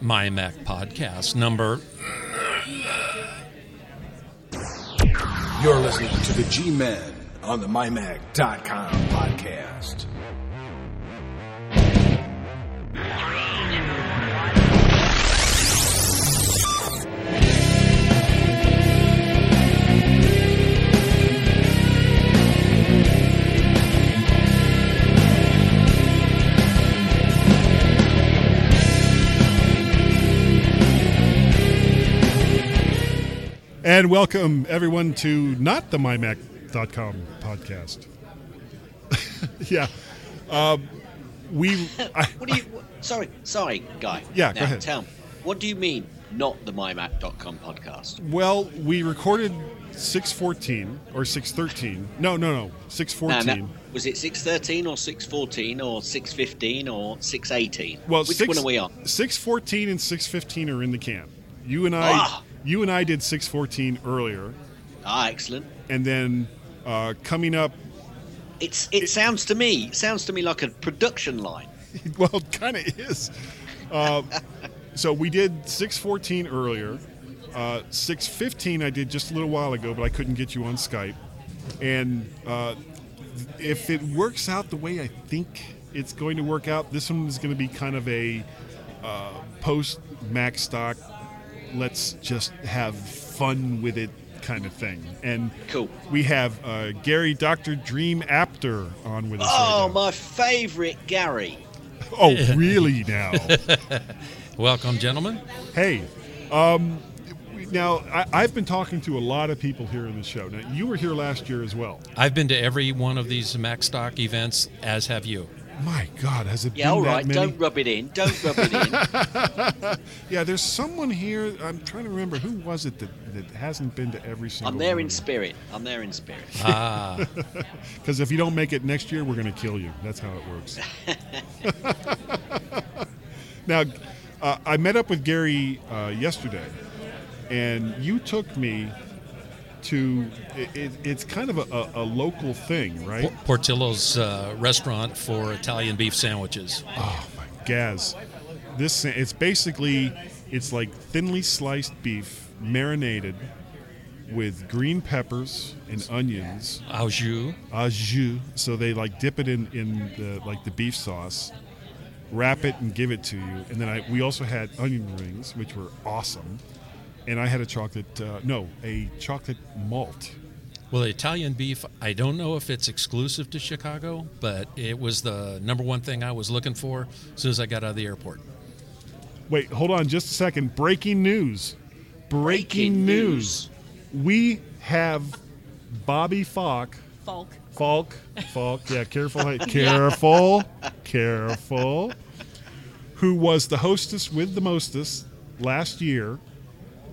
My Mac Podcast, number. You're listening to the G Men on the MyMac.com podcast. And welcome everyone to not the mymac.com podcast. yeah. Um, we I, What do you? wh- sorry, sorry, guy. Yeah, now, go ahead. Tell me, what do you mean? Not the mymac.com podcast. well, we recorded 614 or 613. No, no, no. Now, now, 614. was it six thirteen or six fourteen or six fifteen or six eighteen? Well, which six, one are we on? 614 and 615 are in the can. You and I Ah. you and I did 614 earlier Ah, excellent. and then uh, coming up It's it, sounds to me it sounds to me like a production line. well, it kind of is. Uh, so we did 614 earlier. Uh, 615 I did just a little while ago, but I couldn't get you on Skype. And uh, if it works out the way I think it's going to work out, this one is going to be kind of a uh, post Mac stock, let's just have fun with it kind of thing. And Cool. we have uh, Gary Dr. Dream Apter on with us. right Oh, now. my favourite Gary. Oh, really now? Welcome, gentlemen. hey, um, we- now I, I've been talking to a lot of people here in the show. Now, you were here last year as well. I've been to every one of these Mac Stock events, as have you. My God, has it Yeah, been all that right. many? Don't rub it in. Don't rub it in. Yeah, there's someone here. I'm trying to remember who was it that, that hasn't been to every single. I'm there in spirit. I'm there in spirit. Ah, Because if you don't make it next year, we're going to kill you. That's how it works. now, uh, I met up with Gary uh, yesterday, and you took me to. It, it, it's kind of a, a, a local thing, right? Por- Portillo's uh, restaurant for Italian beef sandwiches. Oh my Gaz, this it's basically it's like thinly sliced beef marinated with green peppers and onions Au jus. au jus. So they like dip it in in the like the beef sauce, wrap it and give it to you. And then I we also had onion rings, which were awesome. And I had a chocolate uh, no a chocolate malt. Well, Italian beef, I don't know if it's exclusive to Chicago, but it was the number one thing I was looking for as soon as I got out of the airport. Wait, hold on just a second. Breaking news. Breaking, Breaking news. news. We have Bobby Falk. Falk. Falk. Falk. Yeah, careful. hey, careful. Careful. Who was the hostess with the mostest last year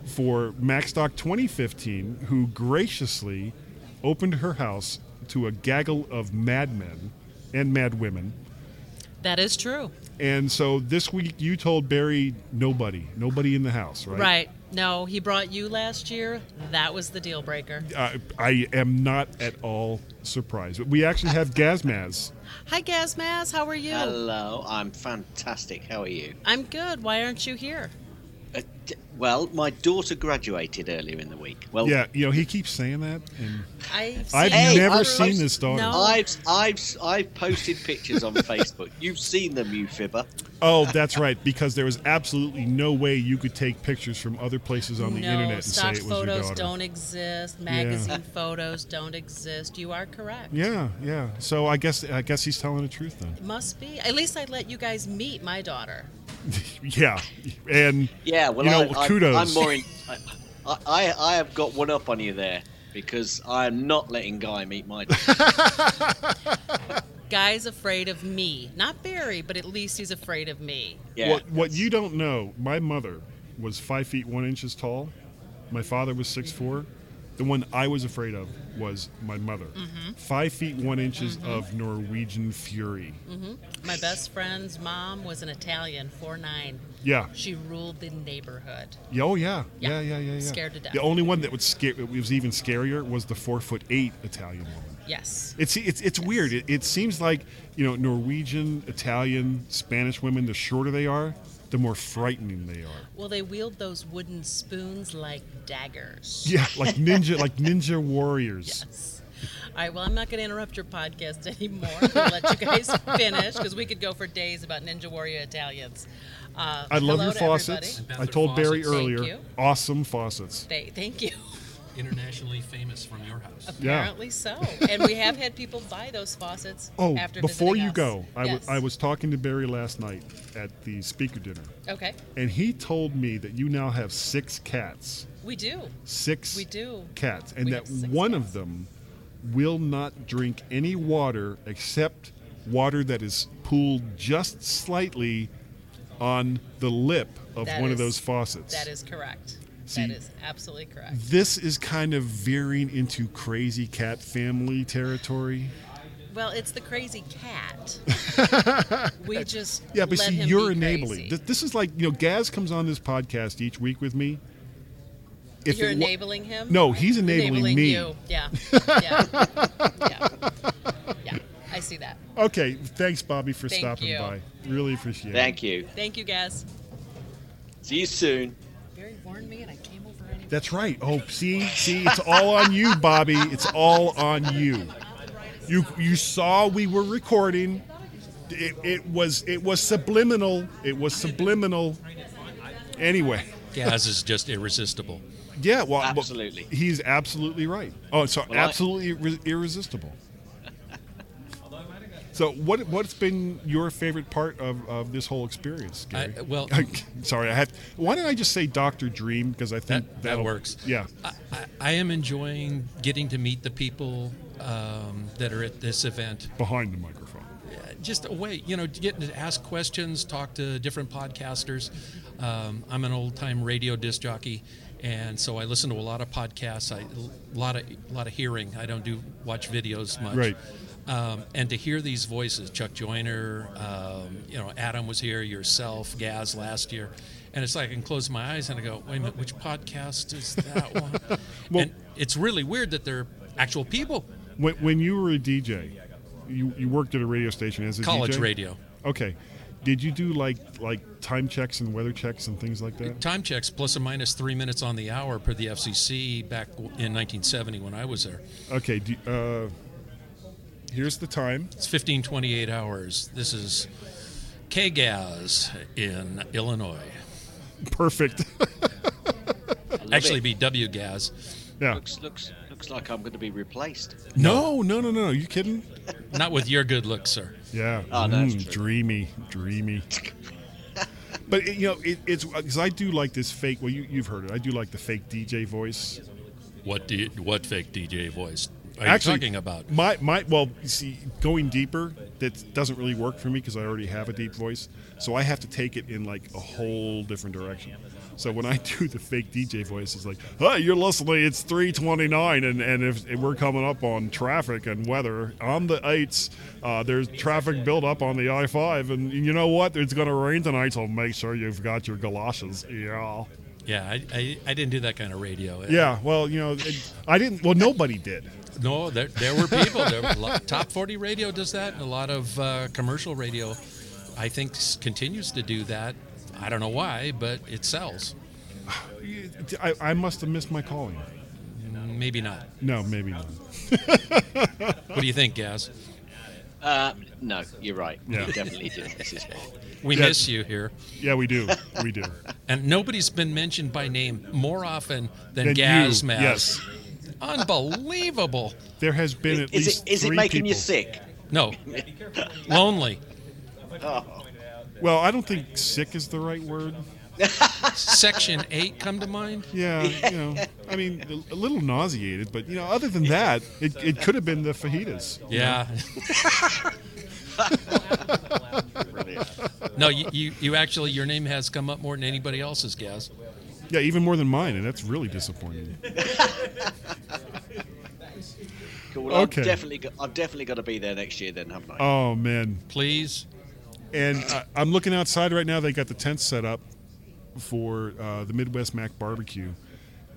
for MacStock 2015, who graciously opened her house to a gaggle of madmen and mad women. That is true. And so this week you told Barry nobody, nobody in the house, right? Right. No, he brought you last year. That was the deal breaker. Uh, I am not at all surprised. We actually have Gazmaz. Hi, Gazmaz. How are you? Hello, I'm fantastic. How are you? I'm good. Why aren't you here? Uh, d- well, my daughter graduated earlier in the week. Well, Yeah, you know he keeps saying that, and I've, I've seen never her- seen this daughter. No. I've, I've, I've posted pictures on Facebook. You've seen them, you fibber. oh, that's right, because there was absolutely no way you could take pictures from other places on the no, internet and say stock it was your photos daughter. don't exist. Magazine photos don't exist. You are correct. Yeah, yeah. So I guess I guess he's telling the truth then. Must be. At least I let you guys meet my daughter. Yeah, and Yeah, well, you know, I, I, kudos. I'm more in, I, I, I have got one up on you there because I am not letting Guy meet my daughter. Guy's afraid of me. Not Barry, but at least he's afraid of me. Yeah, What, what you don't know, my mother was five feet one inches tall. My father was six four. The one I was afraid of was my mother. Mm-hmm. Five feet one inches of Norwegian fury. Mm-hmm. My best friend's mom was an Italian, 4'9. Yeah. She ruled the neighborhood. Yeah, Oh yeah. Yeah. yeah. Yeah. Yeah. Yeah. Scared to death. The only one that would scare it was even scarier was the four foot eight Italian woman. Yes. It's it's it's weird. It, it seems like you know Norwegian, Italian, Spanish women. The shorter they are, the more frightening they are. Well, they wield those wooden spoons like daggers. Yeah, like ninja, like ninja warriors. Yes. All right, well, I'm not going to interrupt your podcast anymore. I'm gonna let you guys finish because we could go for days about Ninja Warrior Italians. Uh, I love hello your to faucets. everybody. everybody. I told Barry Bathroom faucets. Thank earlier, you. awesome faucets. They, thank you. Internationally famous from your house. Yeah. Apparently so. And we have had people buy those faucets Oh, after before visiting you us. go, I, w- Yes. I was talking to Barry last night at the speaker dinner, Okay. and he told me that you now have six cats. We do. Six We do. cats, and We that have six one cats. of them will not drink any water except water that is pooled just slightly on the lip of That one of is- those faucets. That is correct. See- that is absolutely correct. This is kind of veering into crazy cat family territory. Well, it's the crazy cat. we just Yeah, but let see, him you're be enabling. crazy. Th- This is like you know, Gaz comes on this podcast each week with me. If You're it wa- enabling him. No, he's enabling me. You. Yeah. Yeah. yeah. Yeah. I see that. okay, thanks, Bobby, for Thank stopping you. by. Really appreciate it. Thank you. Thank you, guys. See you soon. Barry warned me, and I came over anyway. That's right. Oh, see, see, it's all on you, Bobby. It's all on you. You you saw we were recording. It, it was it was subliminal. It was subliminal. Anyway, Gaz is just irresistible. yeah. Well, well, Absolutely. he's absolutely right. Oh, so Well, I- absolutely irre- irresistible. So what what's been your favorite part of, of this whole experience, I- Gary? well- sorry, I had. Why don't I just say Doctor Dream because I think That- that that'll- works. Yeah. I, I, I am enjoying getting to meet the people um, that are at this event. behind the microphone. just a way, you know, getting to ask questions, talk to different podcasters. Um, I'm an old time radio disc jockey, and so I listen to a lot of podcasts. I a lot of lot of hearing. I don't do watch videos much. Right. Um, and to hear these voices, Chuck Joyner, um, you know, Adam was here, yourself, Gaz last year, and it's like I can close my eyes and I go, wait a minute, which podcast is that one? and it's really weird that they're actual people. When, when you were a DJ, you, you worked at a radio station as a College DJ? radio. Okay, did you do like like time checks and weather checks and things like that? Time checks plus or minus three minutes on the hour per the FCC back in 1970 when I was there. Okay, do, uh, here's the time. It's 15, 28 hours. This is KGAS in Illinois. Perfect. Actually, be WGAS. yeah. looks looks looks like I'm going to be replaced. No, no, no, no. Are you kidding? Not with your good looks, sir. Yeah. Oh, that's true. dreamy, dreamy. but it, you know, it, it's because I do like this fake. Well, you, you've heard it. I do like the fake DJ voice. What do you, what fake DJ voice are Actually, you talking about? My my well, you see, going deeper that doesn't really work for me because I already have a deep voice, so I have to take it in like a whole different direction. So when I do the fake DJ voice, it's like, "Hey, you're listening. It's 3:29, and and if, if we're coming up on traffic and weather on the eights, uh, there's traffic built up on the I-5, and you know what? It's going to rain tonight, so make sure you've got your galoshes. Yeah." Yeah, I, I, I didn't do that kind of radio. Yeah, well, you know, it, I didn't. Well, nobody did. No, there, there were people. There were a lot, top 40 radio does that, and a lot of uh, commercial radio, I think, s- continues to do that. I don't know why, but it sells. I, I must have missed my calling. Maybe not. No, maybe not. What do you think, Gaz? Uh, no, you're right. Yeah. You definitely did. This is wrong. We Yeah. miss you here. Yeah, we do. We do. And nobody's been mentioned by name more often than, Than you, Gaz Mass. yes. Unbelievable. There has been at Is least it is it three making you people- sick? No. Lonely. Well, I don't think sick is the right word. Section 8 come to mind? Yeah, you know, I mean, a little nauseated, but you know, other than that, it, it could have been the fajitas. Yeah. no, you, you, you actually, your name has come up more than anybody else's, Gaz. Yeah, even more than mine, and that's really disappointing. Cool. well, Okay. I've definitely got, I've definitely got to be there next year. Then haven't I? Oh man, Please. and I, I'm looking outside right now. They got the tent set up for uh, the Midwest Mac Barbecue,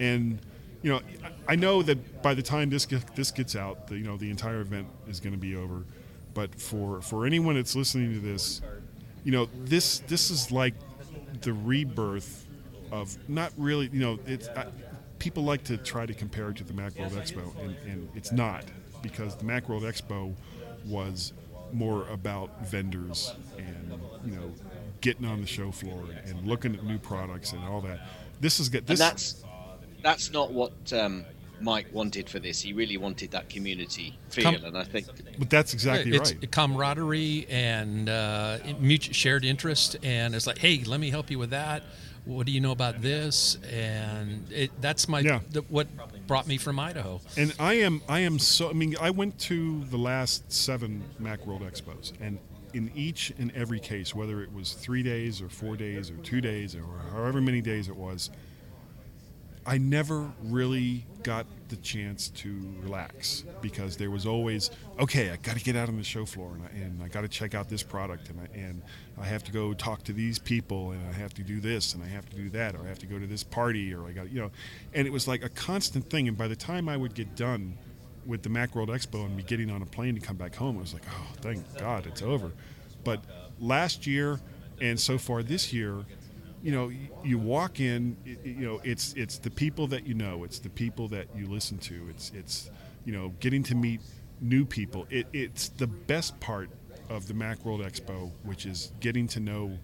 and you know, I know that by the time this get, this gets out, the, you know, the entire event is going to be over. But for for anyone that's listening to this, you know, this this is like the rebirth of not really, you know, it's I, people like to try to compare it to the Macworld Expo, and, and it's not because the Macworld Expo was more about vendors and you know getting on the show floor and looking at new products and all that. This is get this. and that's that's not what um, Mike wanted for this. He really wanted that community feel, Come- and I think But that's exactly it's right. camaraderie and uh, mutual shared interest, and it's like, hey, let me help you with that. What do you know about this? And it, that's my Yeah. the, what brought me from Idaho. And I am I am so I mean I went to the last seven MacWorld Expos and in each and every case, whether it was three days or four days or two days or however many days it was, I never really got the chance to relax because there was always okay. I got to get out on the show floor and I, and I got to check out this product and I, and I have to go talk to these people and I have to do this and I have to do that or I have to go to this party or I got you know, and it was like a constant thing. And by the time I would get done with the MacWorld Expo and be getting on a plane to come back home, I was like, oh, thank God it's over. But last year and so far this year, you know, y- you walk in, y- y- you know, it's it's the people that you know, it's the people that you listen to, it's it's you know, getting to meet new people. It, it's the best part of the MacWorld Expo, which is getting to know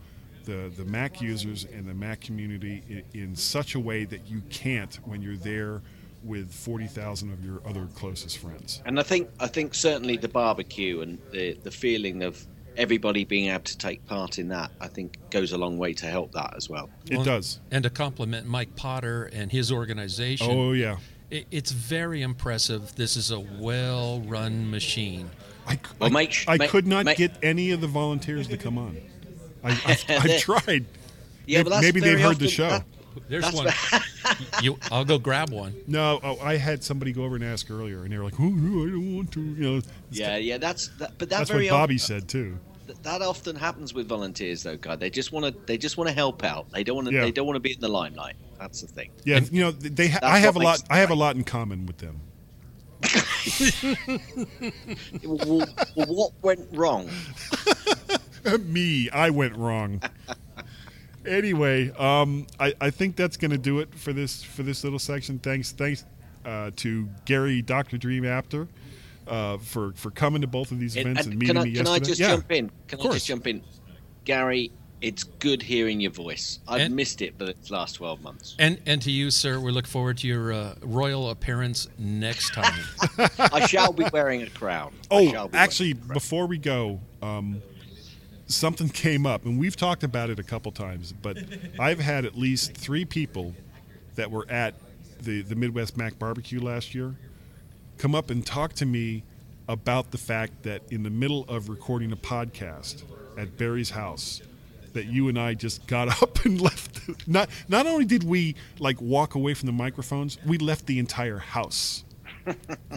the the Mac users and the Mac community in, in such a way that you can't when you're there with forty thousand of your other closest friends. and I think I think certainly the barbecue and the the feeling of everybody being able to take part in that, I think, goes a long way to help that as well. It Well, does. And to compliment Mike Potter and his organization, Oh yeah. it, it's very impressive. This is a well-run machine. I, c- Well, I- make- I make- could not make- get any of the volunteers to come on. I, I've, I've tried. Yeah, but that's maybe they've very heard the often- show. that- There's one. you, I'll go grab one. No, oh, I had somebody go over and ask earlier, and they were like, "Oh, no, I don't want to." You know, yeah, yeah, that's that, but that that's what very Bobby said too. Th- that often happens with volunteers though god they just want to they just want to help out they don't want to Yeah. they don't want to be in the limelight that's the thing Yeah, you know, they. Ha- That's I have a what lot. makes it I have a right. lot in common with them. well, well, well, what went wrong Me, I went wrong. anyway, um, I, I think that's going to do it for this for this little section. Thanks, thanks uh, to Gary, Doctor Dream Apter, uh, for for coming to both of these And- events and, and meeting can, I, me can yesterday. I just Yeah. jump in can Of i course. just jump in gary it's good hearing your voice i've And- missed it for the last 12 months And and to you, sir, we look forward to your uh, royal appearance next time. i shall be wearing a crown I shall Oh, be wearing actually, a crown. before we go, um, something came up, and we've talked about it a couple times. But I've had at least three people that were at the the Midwest Mac Barbecue last year come up and talk to me about the fact that in the middle of recording a podcast at Barry's house that you and I just got up and left not not only did we like walk away from the microphones we left the entire house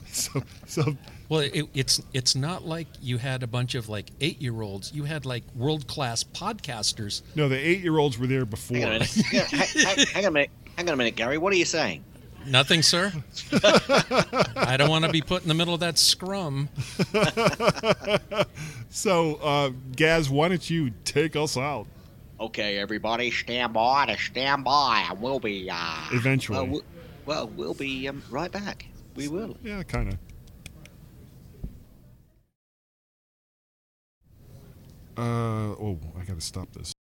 so so Well, it, it's it's not like you had a bunch of like eight year olds. You had like world class podcasters. No, the eight-year-olds were there before. hang on a minute hang, hang- hang on a minute hang on a minute gary what are you saying Nothing, sir. I don't want to be put in the middle of that scrum. So, uh, Gaz, why don't you take us out? okay everybody stand by to stand by and we'll be uh, Eventually. well, we'll, well we'll be um, right back we will Yeah, kind of. Uh, oh, I gotta stop this.